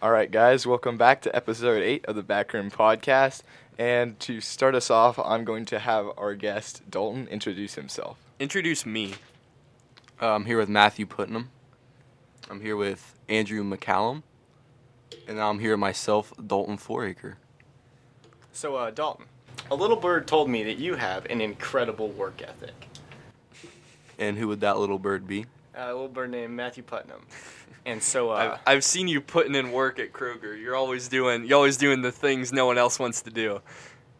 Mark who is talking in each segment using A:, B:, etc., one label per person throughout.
A: All right, guys, welcome back to episode eight of the Backroom Podcast. And to start us off, I'm going to have our guest, Dalton, introduce himself.
B: Introduce me.
C: Uh, I'm here with Matthew Putnam. I'm here with Andrew McCallum. And I'm here myself, Dalton Foraker.
D: So, uh, Dalton, a little bird told me that you have an incredible work ethic.
C: And who would that little bird be?
D: Uh, a little bird named Matthew Putnam. And so, uh,
B: I've, I've seen you putting in work at Kroger. You're always doing you're always doing the things no one else wants to do.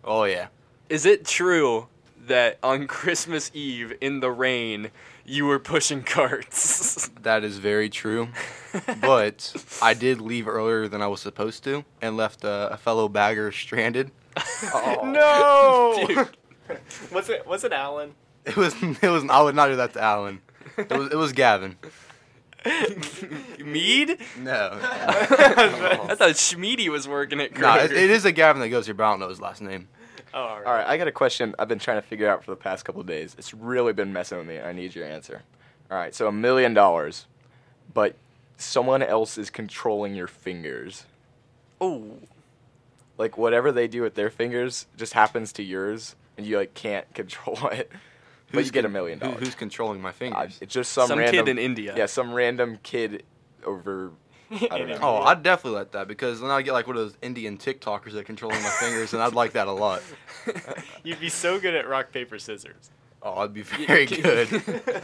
C: Oh, yeah.
B: Is it true that on Christmas Eve in the rain you were pushing carts?
C: That is very true. but I did leave earlier than I was supposed to and left uh, a fellow bagger stranded.
D: no.
B: Dude.
D: was it was it Alan?
C: It was, it was, I would not do that to Alan. It was, it was Gavin.
B: Mead?
C: No.
B: I thought Schmeedy was working at Kroger.
C: no, it, it is a Gavin that goes here, but I don't know his last name.
D: Oh, all right.
A: All right, I got a question I've been trying to figure out for the past couple of days. It's really been messing with me. I need your answer. All right, so a million dollars, but someone else is controlling your fingers.
B: Oh.
A: Like whatever they do with their fingers just happens to yours, and you like can't control it. but you get a
C: con-
A: million
C: who-
A: dollars.
C: Who's controlling my
A: Uh,
C: fingers?
A: it's just some,
B: Some kid
A: random
B: in India.
A: Yeah, some random kid over. I don't know.
C: Oh, I'd definitely let that because then I'd get like one of those Indian TikTokers that controlling my fingers, and I'd like that a lot.
D: You'd be so good at rock paper scissors.
C: Oh, I'd be very good.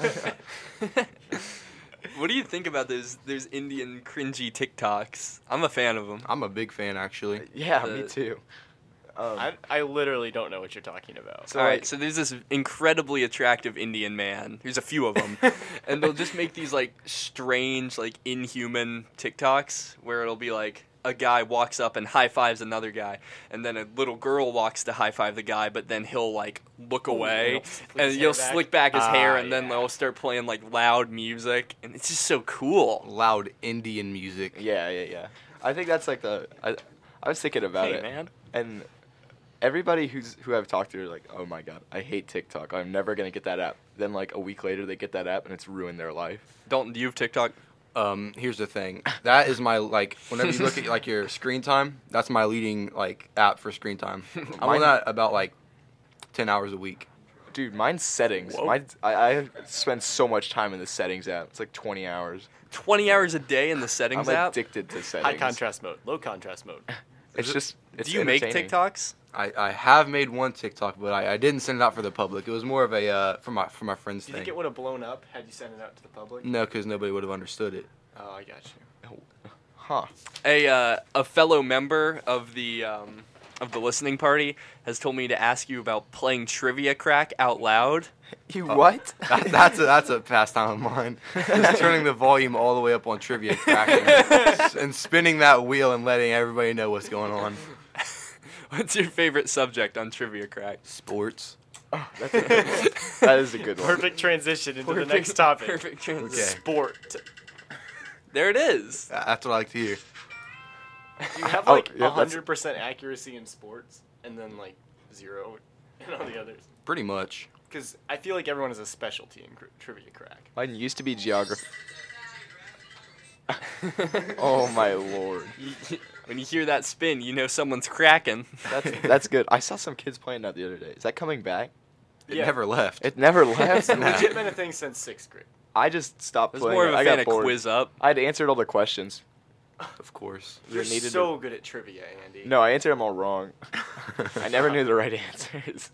B: what do you think about those those Indian cringy TikToks? I'm a fan of them.
C: I'm a big fan, actually.
A: Yeah,
B: The-
A: me too. Um,
D: I, I literally don't know what you're talking about.
A: so
B: All right,
A: like,
B: so there's this incredibly attractive Indian man. There's a few of them, and they'll just make these like strange, like inhuman TikToks where it'll be like a guy walks up and high fives another guy, and then a little girl walks to high five the guy, but then he'll like look away,
D: he'll slick
B: and
D: his
B: you'll
D: hair back.
B: slick back his hair,
D: Ah,
B: and then
D: yeah.
B: they'll start playing like loud music, and it's just so cool.
C: Loud Indian music.
A: yeah, yeah, yeah. I think that's like the. I, I was thinking about
B: Hey,
A: it,
B: man.
A: and everybody who's who I've talked to are like, "Oh my god, I hate TikTok. I'm never gonna get that app." Then like a week later, they get that app, and it's ruined their life.
B: Dalton, do you have TikTok?
C: Um, here's the thing. That is my like. Whenever you look at like your screen time, that's my leading like app for screen time. I'm on
A: Mine-
C: that about like ten hours a week.
A: Dude, mine's settings.
B: Whoa.
A: Mine, I, I spend so much time in the settings app. It's like 20 hours.
B: Twenty hours a day in the settings
A: I'm
B: app.
A: addicted to settings.
D: High contrast mode, low contrast mode.
A: It's just. It's
B: do you make
A: entertaining.
B: TikToks?
C: I, I have made one TikTok, but I, I didn't send it out for the public. It was more of a uh, for my for my friends
D: Do you think
C: thing.
D: it would have blown up had you sent it out to the public?
C: No, because nobody would have understood it.
D: Oh, I got you.
A: Huh.
B: a uh, a fellow member of the um, of the listening party has told me to ask you about playing trivia crack out loud.
A: You what?
C: That, that's a, that's a pastime of mine. Just turning the volume all the way up on trivia, cracking, and spinning that wheel and letting everybody know what's going on.
B: What's your favorite subject on trivia crack?
C: Sports.
A: That's a good one. That is a good one.
D: Perfect transition into the next topic.
B: Perfect transition.
C: Okay.
D: Sport.
B: There it is.
C: Tha- That's what I like to hear.
D: Do you have
A: Oh,
D: like
A: yeah, that's-
D: hundred percent accuracy in sports, and then like zero in all the others?
C: Pretty much.
D: Because I feel like everyone has a specialty in cr- trivia crack.
A: Mine used to be geography. Oh my lord.
B: when you hear that spin, you know someone's cracking.
A: That's that's good. I saw some kids playing that the other day. Is that coming back?
C: It
D: Yeah.
C: never left.
A: It never left.
C: Nah.
D: Legit been a thing since sixth grade.
A: I just stopped
B: I was
A: playing.
B: more of
A: it.
B: a
A: I
B: fan
A: got
B: of
A: bored.
B: quiz up.
A: I'd answered all the questions.
C: of course.
A: You
D: You're
A: needed
D: so good at trivia, Andy.
A: No, I answered them all wrong. I never knew the right answers.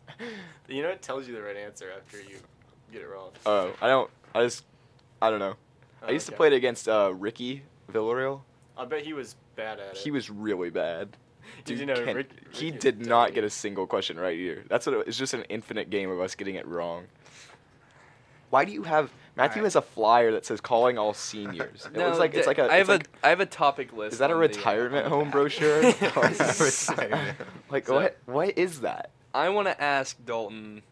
D: You know it tells you the right answer after you get it wrong.
A: Oh, I don't. I just. I don't know. I used to play it against uh, Ricky Villarreal.
D: I bet he was bad at it.
A: He was really bad.
D: Did you
A: Dude
D: know
A: can't-
D: Rick,
A: he
D: Ricky
A: did
D: was
A: not
D: dirty.
A: get a single question right either. That's what it, it's just an infinite game of us getting it wrong. Why do you have Matthew
D: Alright.
A: has a flyer that says calling all seniors? It looks like it's like a.
B: I have
A: it's like-
B: a I have a topic list.
A: is that a
B: on the, uh,
A: retirement
B: on the
A: home
B: back.
A: brochure?
C: Retirement.
A: like
B: So-
A: what? What is that?
B: I want to ask Dalton,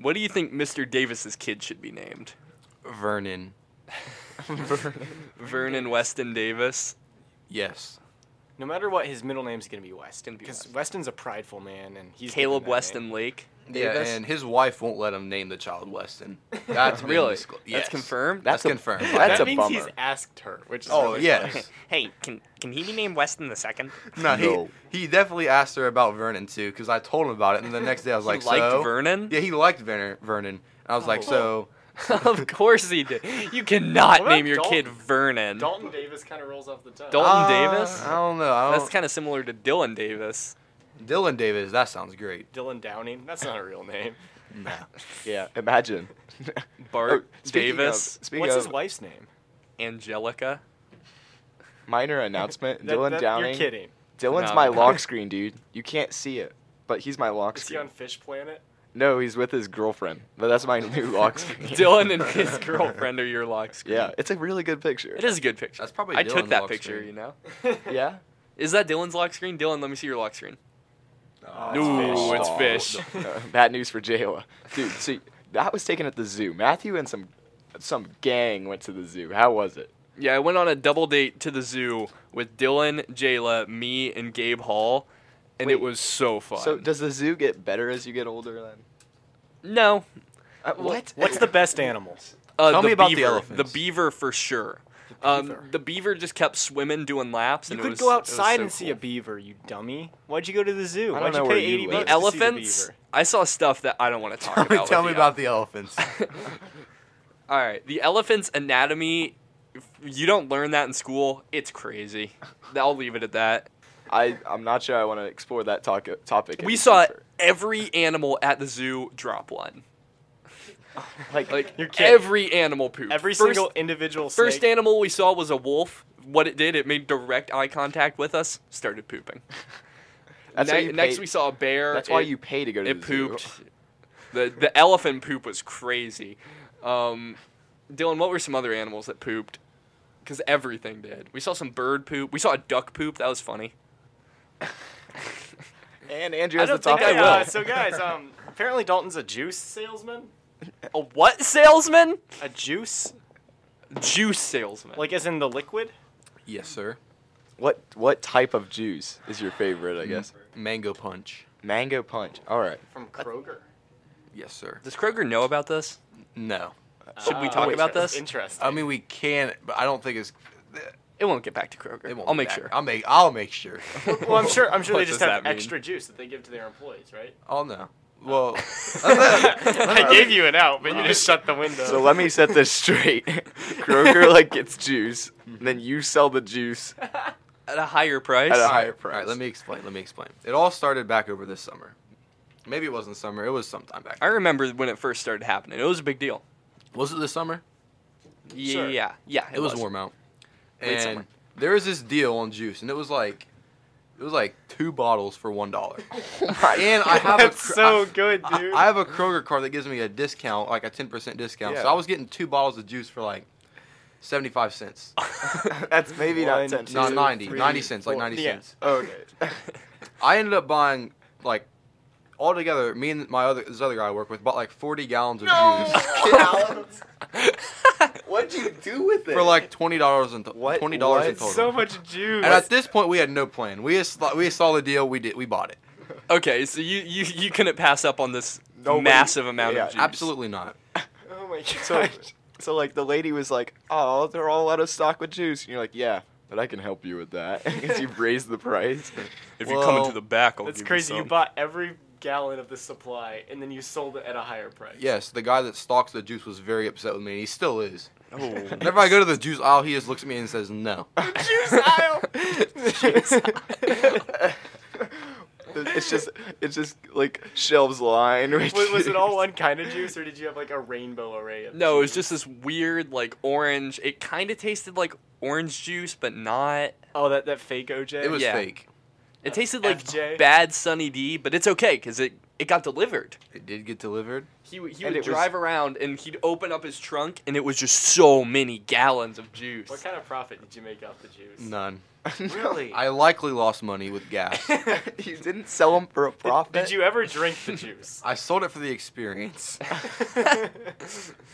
B: what do you think Mr. Davis's kid should be named?
C: Vernon.
B: Vernon Weston Davis.
C: Yes.
D: No matter what, his middle name's gonna be Weston
B: Gonna be
D: because
B: Weston.
D: Weston's a prideful man, and he's
B: Caleb
D: given that name.
B: Weston Lake.
C: Yeah,
A: Davis?
C: and his wife won't let him name the child Weston. That's been
B: Really?
C: disclo-
B: That's
C: yes.
B: confirmed?
A: That's
C: That's,
A: a-
C: confirmed.
A: that's
D: that
A: a
C: yeah.
D: means he's
A: bummer.
D: asked her, which is
C: oh
D: really funny.
C: yes.
E: Hey, can can he be named Weston the second?
C: No, he
A: No.
C: he definitely asked her about Vernon too, because I told him about it, and the next day I was like,
B: he liked
C: so
B: Vernon? Oh.
C: yeah, he liked Vernon. Vernon. And I was like, so
B: of course he did. You cannot
D: What
B: name
D: about
B: your
D: Dalton?
B: kid Vernon.
D: Dalton Davis kind of rolls off the tongue. Ah,
B: Dalton
C: uh,
B: Davis?
C: I don't know. I don't,
B: That's kind of similar to Dylan Davis.
C: Dylan Davis. That sounds great.
D: Dylan Downing. That's not a real name.
C: Nah.
A: Yeah, imagine.
B: Bart
A: Oh, speaking of-
B: Davis,
A: speaking
D: What's
A: of
D: his wife's name?
B: Angelica.
A: minor announcement,
D: That-
A: Dylan
D: that-
A: Downing.
D: You're kidding.
A: Dylan's
B: No.
A: my lock screen, dude. You can't see it, but he's my lock
D: Is he
A: screen.
D: on Fish Planet?
A: No, he's with his girlfriend, but that's my new lock screen.
B: Dylan and his girlfriend are your lock screen.
A: Yeah, it's a really good picture.
B: It is a good picture.
C: That's probably
B: I
C: Dylan's
B: took that
C: lock
B: picture,
C: screen.
B: you know.
A: Yeah.
B: Is that Dylan's lock screen? Dylan, let me see your lock screen.
C: Oh,
B: No, it's
A: Aw.
B: fish.
A: Uh, bad news for Jayla, dude. See, that was taken at the zoo. Matthew and some some gang went to the zoo. How was it?
B: Yeah, I went on a double date to the zoo with Dylan, Jayla, me, and Gabe Hall, and it
A: Wait.
B: was so fun.
A: So does the zoo get better as you get older? Then
B: no,
A: uh,
B: Well,
A: what?
D: What's the best animals?
B: uh,
C: Tell
B: the
C: me about the
B: beaver,
C: elephants.
B: The beaver for sure. Um,
D: beaver.
B: the beaver just kept swimming, doing laps,
D: You
B: and it
D: could
B: was-
D: go
B: it was
D: outside
B: so
D: and see a
B: cool.
D: beaver, you dummy. Why'd you go to the zoo?
A: I don't
D: Why'd
A: know
D: you
A: where
D: pay
A: you
D: 80
A: live.
D: bucks To see
B: Elephants.
D: the beaver?
B: I saw stuff that I don't want to talk
C: Tell me,
B: about.
C: tell
B: with
C: me
B: you.
C: about the elephants.
B: All right, the elephant's anatomy. if You don't learn that in school. It's crazy. I'll leave it at that.
A: I I'm not sure. I want to explore that talk, topic.
B: We
A: any
B: saw
A: deeper.
B: every animal at the zoo drop one.
A: like
B: Like
D: You're kidding.
B: every animal pooped.
D: Every
B: First-
D: single individual
B: First
D: snake.
B: animal we saw was a wolf. What it did, it made direct eye contact with us, started pooping.
A: that's why
B: Ne-
A: you
B: next
A: pay-
B: we saw a bear.
A: That's why
B: it,
A: you pay to go to
B: it
A: the zoo.
B: pooped. The the elephant poop was crazy. Um, Dylan, what were some other animals that pooped? Because everything did. We saw some bird poop. We saw a duck poop. That was funny.
A: And Andrew
B: I
A: has the
B: don't think
A: topic.
B: I
D: Hey,
B: will.
D: uh, so guys, um, apparently Dalton's a juice salesman.
B: A what salesman?
D: A juice,
B: Juice salesman.
D: like as in the liquid.
C: yes, sir.
A: What what type of juice is your favorite? I
B: Mm-hmm.
A: guess
C: Mango punch.
A: mango punch. All right.
D: From Kroger.
C: Yes, sir.
B: does Kroger know about this?
C: No.
B: Should we talk about this?
D: Ah. Oh, Interesting.
C: I mean, we can, but I don't think it's.
B: It won't get back to Kroger.
C: It won't
B: I'll
C: be
B: make
C: back.
B: sure.
C: I'll make. I'll make sure.
D: well, I'm sure. I'm sure
B: What
D: they just
B: does
D: have
B: that mean?
D: extra juice that they give to their employees, right?
C: I'll know. Well,
D: I gave you an out, but you just shut the window.
A: So let me set this straight. Kroger like gets juice,
B: Mm-hmm.
A: and then you sell the juice
B: At a higher price.
A: At a
C: All right,
A: higher
C: all right,
A: price.
C: let me explain. Let me explain. It all started back over this summer. Maybe it wasn't summer. It was sometime back.
B: I remember when it first started happening. It was a big deal.
C: Was it this summer?
B: Yeah,
D: Sure.
B: yeah, yeah.
C: It, was, warm out.
B: Late
C: and
B: summer.
C: there was this deal on juice, and it was like, it was like two bottles for one dollar. and I have
D: That's
C: a cr-
D: so
C: I-
D: good,
C: I-
D: dude.
C: I have a Kroger card that gives me a discount, like a ten percent discount. So
A: Yeah.
C: I was getting two bottles of juice for like seventy-five cents,
A: That's maybe
D: One,
A: not ten.
D: two,
C: not 90,
D: three,
C: 90 cents, like
D: four.
C: ninety
D: Yeah.
C: cents.
A: Okay.
C: I ended up buying like altogether. Me and my other this other guy I work with bought like forty gallons of juice
A: What'd you do with it?
C: for like twenty dollars and
A: What-
C: twenty dollars in
A: what?
C: total.
D: so much juice.
C: and at this point, we had no plan. We just thought- we saw the deal. We did. We bought it.
B: Okay, so you, you you couldn't pass up on this
A: Nobody-
B: massive amount
A: yeah,
B: of juice.
C: Absolutely not.
D: oh my gosh.
A: so, so like the lady was like, "Oh, they're all out of stock with juice," and you're like, "Yeah, but I can help you with that because you've raised the price."
B: If you come
C: Well,
B: into the back, I'll
D: That's
B: give
D: crazy. You
B: some.
D: bought every gallon of the supply, and then you sold it at a higher price.
C: Yes, the guy that stocks the juice was very upset with me. and He still is.
B: Oh.
C: Whenever I go to the juice aisle, he just looks at me and says no.
D: Juice aisle.
A: it's just it's just like shelves line. with
D: was, was it all
A: juice.
D: one kind of juice, or did you have like a rainbow array of?
B: No, it was
D: juice?
B: just this weird like orange. It kind of tasted like orange juice, but not.
D: Oh, that that fake OJ.
C: It was
B: Yeah.
C: fake.
B: It tasted like
D: FJ?
B: bad Sunny D, but it's okay because it it got delivered.
C: It did get delivered.
B: He, w- he
A: And
B: would
A: it was-
B: drive around and he'd open up his trunk and it was just so many gallons of juice.
D: What kind of profit did you make off the juice?
C: None.
D: Really?
C: I likely lost money with gas.
A: you didn't sell them for a profit.
D: Did you ever drink the juice?
C: I sold it for the experience,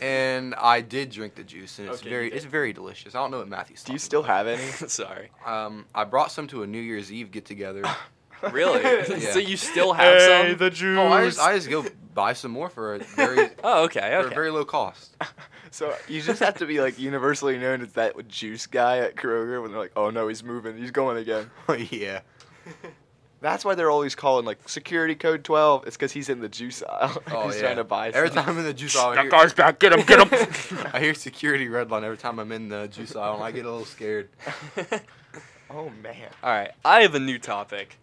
C: and I did drink the juice, and it's
D: Okay, you
C: very
D: did.
C: it's very delicious. I don't know what Matthew's.
A: Do you
C: talking
A: still have any?
B: Sorry.
C: Um, I brought some to a New Year's Eve get together
B: Really?
C: Yeah.
B: So you still have some?
A: Jews.
C: Oh, I just, I just go buy some more for a very
B: oh, okay,
C: for a
B: okay.
C: very low cost.
A: so you just have to be like universally known as that juice guy at Kroger when they're like, oh no, he's moving, he's going again.
C: yeah.
A: That's why they're always calling like security code twelve. It's because he's in the juice aisle.
C: Oh,
A: he's
C: yeah.
A: trying to buy.
C: Every
A: something.
C: time I'm in the juice aisle, I hear,
E: guy's back. Get him. Get him.
C: I hear security red line every time I'm in the juice aisle, and I get a little scared.
A: Oh man.
B: All right, I have a new topic.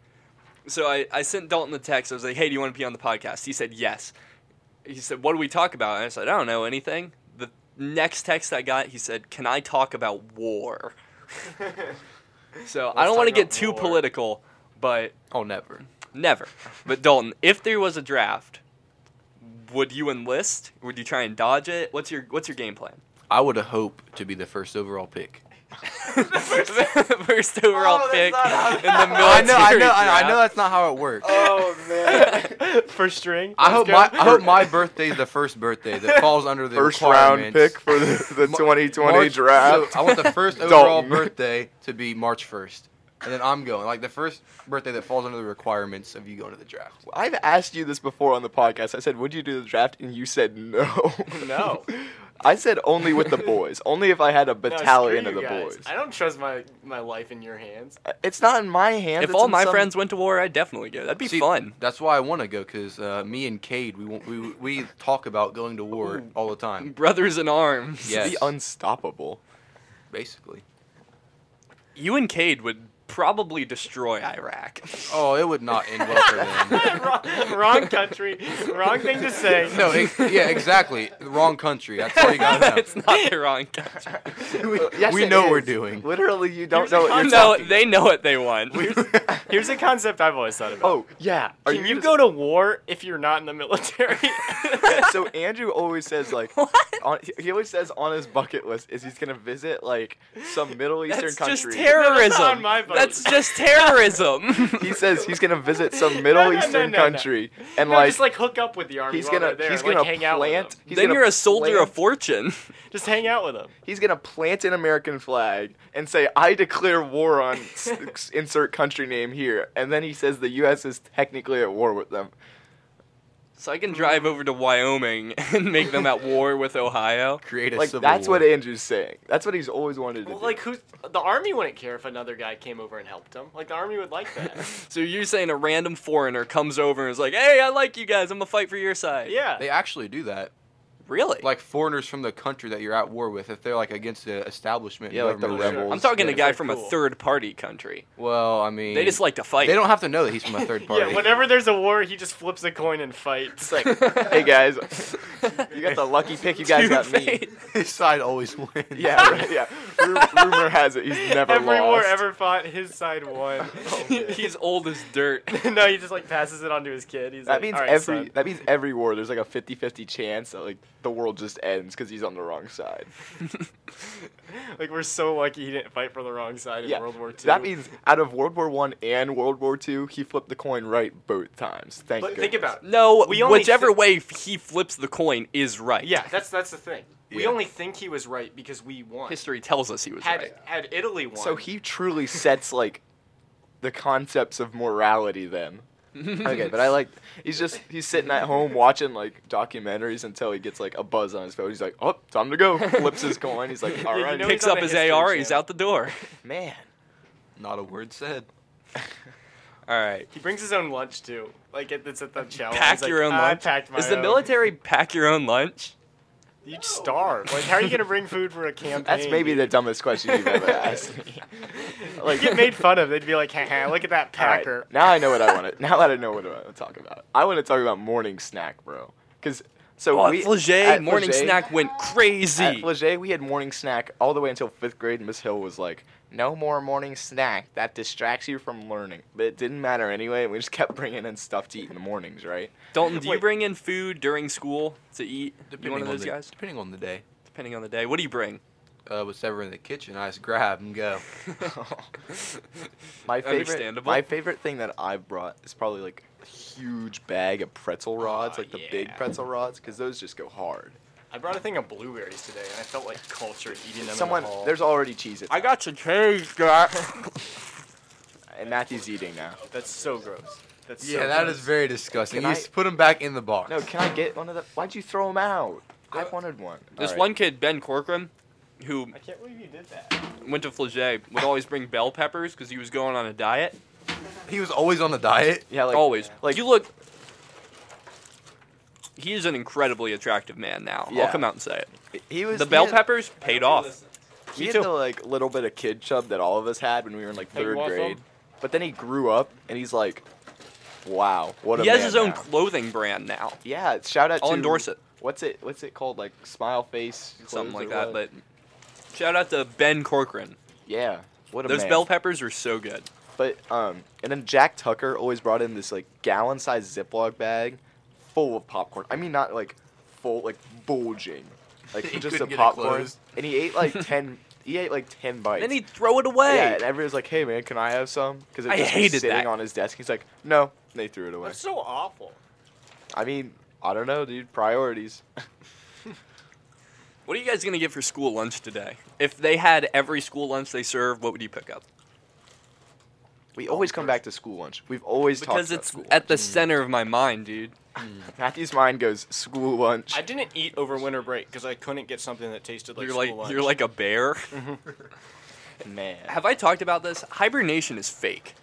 B: So I, I sent Dalton the text. I was like, hey, do you want to be on the podcast? He said, yes. He said, what do we talk about? And I said, I don't know anything. The next text I got, he said, can I talk about war? So I
D: Let's
B: don't want to
D: talk
B: get
D: about
B: too
D: war.
B: political, but
C: Oh, never.
B: never. But Dalton, if there was a draft, would you enlist? Would you try and dodge it? What's your What's your game plan?
C: I would hope to be the first overall pick.
B: first, overall
D: Oh, that's
B: pick
D: not how-
B: in the military.
C: I know, I know, I
B: draft.
C: I know. That's not how it works.
D: Oh man. First string.
C: I hope my
D: Let's go.
C: I hope my birthday is the first birthday that falls under the
A: First round
C: requirements.
A: pick for the, the
C: Mar-
A: 2020
C: March-
A: draft.
C: so I want the first
A: Dalton.
C: overall birthday to be March 1st. And then I'm going. Like the first birthday that falls under the requirements of you going to the draft.
A: I've asked you this before on the podcast. I said, "Would you do the draft?" And you said no.
D: No.
A: I said only with the boys. Only if I had a
D: No,
A: battalion
D: screw
A: of the
D: you guys.
A: boys.
D: I don't trust my my life in your hands.
A: It's not in my hands.
B: If
A: it's
B: all
A: in
B: my
A: some-
B: friends went to war, I'd definitely go. That'd be
C: See,
B: fun.
C: That's why I want to go because uh, me and Cade, we, want, we we talk about going to war all the time,
B: Brothers in arms.
C: Yeah.
A: be
C: Yes.
A: unstoppable.
C: basically.
B: You and Cade would probably destroy Iraq.
C: Oh, it would not end well for them.
D: wrong, wrong country, wrong thing to say.
C: No, it, yeah, exactly. The wrong country. That's
B: Oh,
C: all you gotta
B: it's not the wrong country.
C: know. we
A: Yes,
C: we
A: it
C: know what we're
A: is.
C: doing.
A: Literally, you don't
D: Here's
A: know
D: the
A: what you're
B: No,
A: talking.
B: they know what they want.
D: Here's a concept I've always thought about.
A: Oh yeah. Are
D: Can you
A: just-
D: go to war if you're not in the military?
A: Yeah, so Andrew always says like
B: What?
A: on, he always says on his bucket list is he's gonna visit like some Middle Eastern
B: That's just
A: country.
B: terrorism.
D: on my budget.
B: That's just terrorism.
A: He says he's gonna visit some
D: No,
A: Middle
D: no, no,
A: Eastern
D: no, no.
A: country and
D: no,
A: like,
D: just like hook up with the army.
A: he's
D: while
A: gonna
D: they're there,
A: he's
D: like,
A: gonna
D: hang out with
A: plant.
D: them.
A: He's
B: then
A: gonna
B: you're a soldier
A: plant-
B: of fortune.
D: Just hang out with them.
A: He's gonna plant an American flag and say, "I declare war on s- s- insert country name here," and then he says the U.S. is technically at war with them.
B: So I can drive over to Wyoming and make them at war with Ohio.
C: Create a
A: Like
C: civil
A: that's
C: war.
A: what Andrew's saying. That's what he's always wanted to
D: Well,
A: do.
D: like who? The army wouldn't care if another guy came over and helped them. Like the army would like that.
B: So you're saying a random foreigner comes over and is like, "Hey, I like you guys. I'm gonna fight for your side."
D: yeah.
C: They actually do that.
B: Really?
C: Like foreigners from the country that you're at war with, if they're like against the establishment.
A: Yeah, like the
C: government or whatever.
A: rebels.
B: I'm talking
A: Yeah,
B: a guy
D: they're
B: from
D: cool.
B: a third party country.
C: Well, I mean,
B: They just like to fight.
C: They don't have to know that he's from a third party.
D: Yeah, whenever there's a war, he just flips a coin and fights.
A: it's like, hey guys, you got the lucky pick. You guys got me.
B: Two-faced.
C: his side always wins.
A: Yeah, right, yeah. Ru- rumor has it he's never
D: Every war
A: lost.
D: ever fought, his side won.
B: He's old as dirt.
D: no, he just like passes it on to his kid. He's
A: that
D: like,
A: means
D: "All right,
A: every
D: son."
A: that means every war there's like a 50-50 chance that like the world just ends because he's on the wrong side.
D: Like we're so lucky he didn't fight for the wrong side in
A: Yeah,
D: World War II.
A: That means out of World War One and World War Two, he flipped the coin right both times. Thank
D: But
A: you.
D: think about it.
B: No,
D: We only
B: whichever
D: thi-
B: way he flips the coin is right.
D: Yeah, that's that's the thing. We
C: Yeah.
D: only think he was right because we won.
B: History tells us he was
D: had
B: right.
D: had Italy won.
A: So he truly sets like the concepts of morality then. okay, but I like he's just he's sitting at home watching like documentaries until he gets like a buzz on his phone. He's like, "Oh, time to go." Flips his coin. He's like, "All
D: you
A: right,
D: know
B: Picks
D: he's
B: up
D: on the
B: his AR,
D: History
B: he's
D: Channel.
B: out the door.
A: man."
C: Not a word said.
B: All right.
D: he brings his own lunch too. Like it, it's at the chow. line.
B: Pack
D: He's like, "Ah,
B: your own
D: "I
B: lunch.
D: packed my
B: is the
D: own."
B: military pack your own lunch?
D: You starve. Like how are you gonna bring food for a campaign?
A: That's maybe the dumbest question you've ever asked me.
D: Like get made fun of. They'd be like, "Haha, look at that
A: All right,
D: packer."
A: now I know what I want to. Now I know what I want to talk about. I want to talk about morning snack, bro. Because so
B: Oh,
A: we
B: Flagey
A: at
B: morning
A: Flagey-
B: snack went
A: At
B: crazy.
A: Flagey, we had morning snack all the way until fifth grade. and Miss Hill was like, "No more morning snack. That distracts you from learning." But it didn't matter anyway. We just kept bringing in stuff to eat in the mornings, right?
B: Dalton, do you
D: Wait.
B: bring in food during school to eat? you one of
C: on
B: those
C: the,
B: guys?
C: Depending on the day,
B: Depending on the day. What do you bring?
C: uh, whatever in the kitchen, I just grab and go. Oh.
D: Oh,
A: My favorite,
B: Understandable.
A: my favorite thing that I've brought is probably like a huge bag of pretzel rods,
D: Oh,
A: like the big
D: yeah.
A: pretzel rods, because those just go hard.
D: I brought a thing of blueberries today, and I felt like cultured eating them. in the
A: Someone,
D: hall.
A: there's already cheese.
B: got some cheese, Jack.
A: and Matthew's eating now.
D: That's so gross. That's
C: Yeah,
D: so
C: that
D: gross.
C: is very disgusting.
A: Can
C: you
A: I-
C: s- put him back in the box.
A: No, can I get one of the? Why'd you throw him out? I wanted one.
B: Uh, This
A: Alright.
B: one kid, Ben Corcoran, who
D: I can't believe you did that.
B: went to Flagey, would always bring bell peppers because he was going on a diet.
C: He was always on the diet.
A: Yeah, like
B: always.
A: like-
B: Like you look. He is an incredibly attractive man now.
A: Yeah.
B: I'll come out and say it.
A: He was
B: The
A: he
B: bell
A: had-
B: peppers paid off.
A: He
B: Me
A: had
B: too.
A: the like little bit of kid chub that all of us had when we were in like
D: Hey, you
A: third
D: want some?
A: grade. But then he grew up and he's like, wow, what a
B: He has
A: man
B: his own
A: now.
B: clothing brand now.
A: yeah, shout out
B: I'll
A: to
B: endorse it.
A: What's it? What's it called? Like smile face,
B: Something
A: clothes
B: like
A: or
B: that.
A: what?
B: But shout out to Ben Corcoran.
A: yeah, what a
B: Those
A: man.
B: bell peppers are so good.
A: But um, and then Jack Tucker always brought in this like gallon-sized Ziploc bag full of popcorn. I mean, not like full, like bulging, like
C: He
A: just
C: couldn't
A: a
C: get it
A: popcorn.
C: closed.
A: And he ate like ten. he ate like ten bites.
B: Then he'd throw it away.
A: Yeah, and everyone's like, "Hey, man, can I have some?" Because
B: I
A: it just was
B: hated
A: sitting
B: that.
A: on his desk. He's like, "No," and they threw it away.
D: That's so awful.
A: I mean, I don't know, dude. Priorities.
B: What are you guys gonna get for school lunch today? If they had every school lunch they serve, what would you pick up?
A: We always come back to school lunch. We've always
B: Because
A: talked about
B: it's
A: school.
B: at the center of my mind, dude.
A: Matthew's mind goes school lunch.
D: I didn't eat over winter break because I couldn't get something that tasted like
B: you're like
D: school lunch.
B: you're like a bear.
A: Man,
B: Have I talked about this? Hibernation is fake.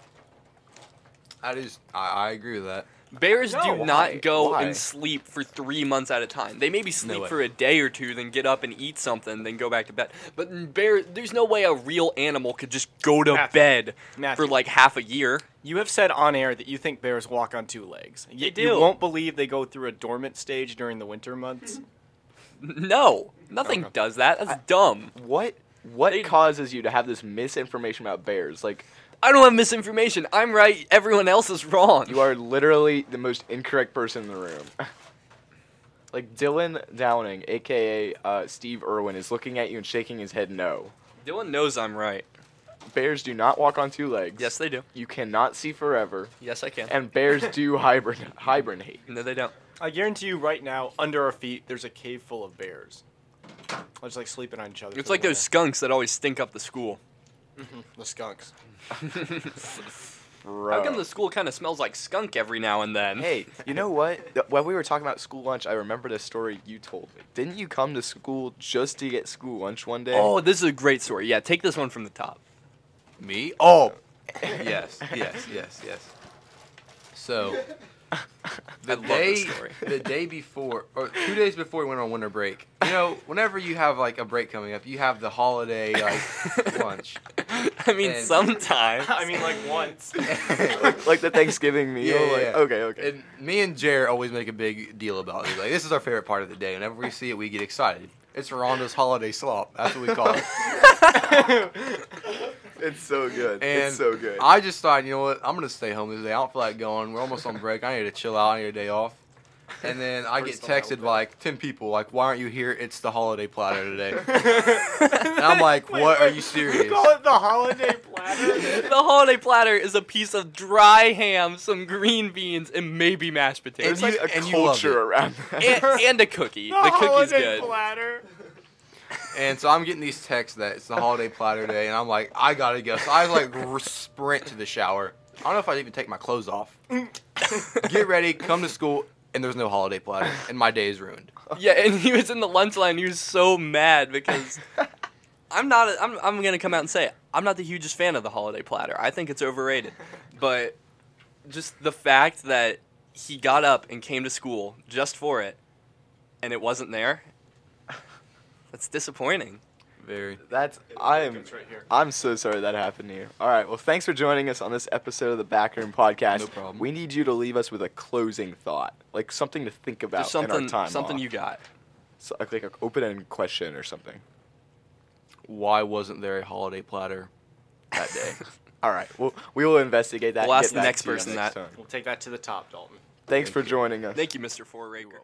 C: I just, I, I agree with that.
B: Bears
A: No,
B: do
A: why?
B: not go
A: Why?
B: and sleep for three months at a time. They maybe sleep
C: way.
B: for a day or two, then get up and eat something, then go back to bed. But in bear, there's no way a real animal could just go to
D: Matthew.
B: bed
D: Matthew.
B: for like half a year.
D: You have said on air that you think bears walk on two legs. They you,
B: do.
D: won't believe they go through a dormant stage during the winter months.
B: No, nothing
D: Okay.
B: does that. That's dumb.
A: what what
B: They-
A: causes you to have this misinformation about bears? Like,
B: I don't have misinformation. I'm right. Everyone else is wrong.
A: you are literally the most incorrect person in the room. like Dylan Downing, aka uh, Steve Irwin, is looking at you and shaking his head no.
B: Dylan knows I'm right.
A: Bears do not walk on two legs.
B: Yes, they do.
A: You cannot see forever.
B: Yes, I can.
A: and bears do hibern- hibernate.
B: no, they don't.
D: I guarantee you, right now, under our feet, there's a cave full of bears. They're Just like sleeping on each other.
B: It's
D: through
B: like
D: the
B: those skunks that always stink up the school.
D: winter. the skunks.
A: Bro.
B: How come the school kind of smells like skunk every now and then?
A: hey, you know what? Th- When we were talking about school lunch, I remember this story you told me. Didn't you come to school just to get school lunch one day?
B: Oh, this is a great story. Yeah, take this one from the top.
C: Me? Oh. yes, yes, yes, yes. So the
B: I love
C: day,
B: this story.
C: the day before, or two days before we went on winter break. You know, whenever you have like a break coming up, you have the holiday like lunch.
B: I mean,
C: And-
B: sometimes.
D: I mean, like once.
A: like, like the Thanksgiving meal.
C: Yeah, yeah,
A: like,
C: yeah.
A: Okay, okay.
C: And me and Jer always make a big deal about it. Like this is our favorite part of the day. Whenever we see it, we get excited. It's Ronda's holiday slop. That's what we call it.
A: it's so good.
C: And
A: it's so good.
C: I just thought, you know what? I'm gonna stay home this day. I don't feel like going. We're almost on break. I need to chill out. I need a day off. And then I get
D: First on my
C: texted
D: own
C: by like ten people, like, "Why aren't you here? It's the holiday platter today." and I'm like, "What? Are you serious?"
D: Call it the holiday platter.
B: the holiday platter is a piece of dry ham, some green beans, and maybe mashed
A: There's
B: potatoes.
C: And
A: like
C: you-
A: a
C: and you love
A: culture
C: it.
A: around that.
B: And, and a cookie.
D: The,
B: the cookie's
D: holiday
B: good.
D: platter.
C: And so I'm getting these texts that it's the holiday platter today, and I'm like, "I gotta go." So I like r- sprint to the shower. I don't know if I'd even take my clothes off. get ready, come to school, and there's no holiday platter, and my day is ruined.
B: Yeah, and he was in the lunch line. He was so mad because I'm not. A, I'm. I'm gonna come out and say it. I'm not the hugest fan of the holiday platter. I think it's overrated, but just the fact that he got up and came to school just for it, and it wasn't there. That's disappointing.
C: Very.
A: That's I'm
D: It's right here.
A: I'm so sorry that happened to you. All right, well, thanks for joining us on this episode of the Backroom Podcast.
C: No problem.
A: We need you to leave us with a closing thought, like something to think about
B: Just something.
A: in our time.
B: something
A: off.
B: you got.
A: So, like, like an open-ended question or something.
C: Why wasn't there a holiday platter that day?
A: All right, well, we will investigate that.
B: We'll
A: and
B: ask
A: get
B: the
A: back
B: next
A: to you
B: person
A: next
B: that.
A: time.
D: We'll take that to the top, Dalton.
A: Thanks
C: Thank
A: for
C: you.
A: joining us.
B: Thank you, Mr. Four Raker.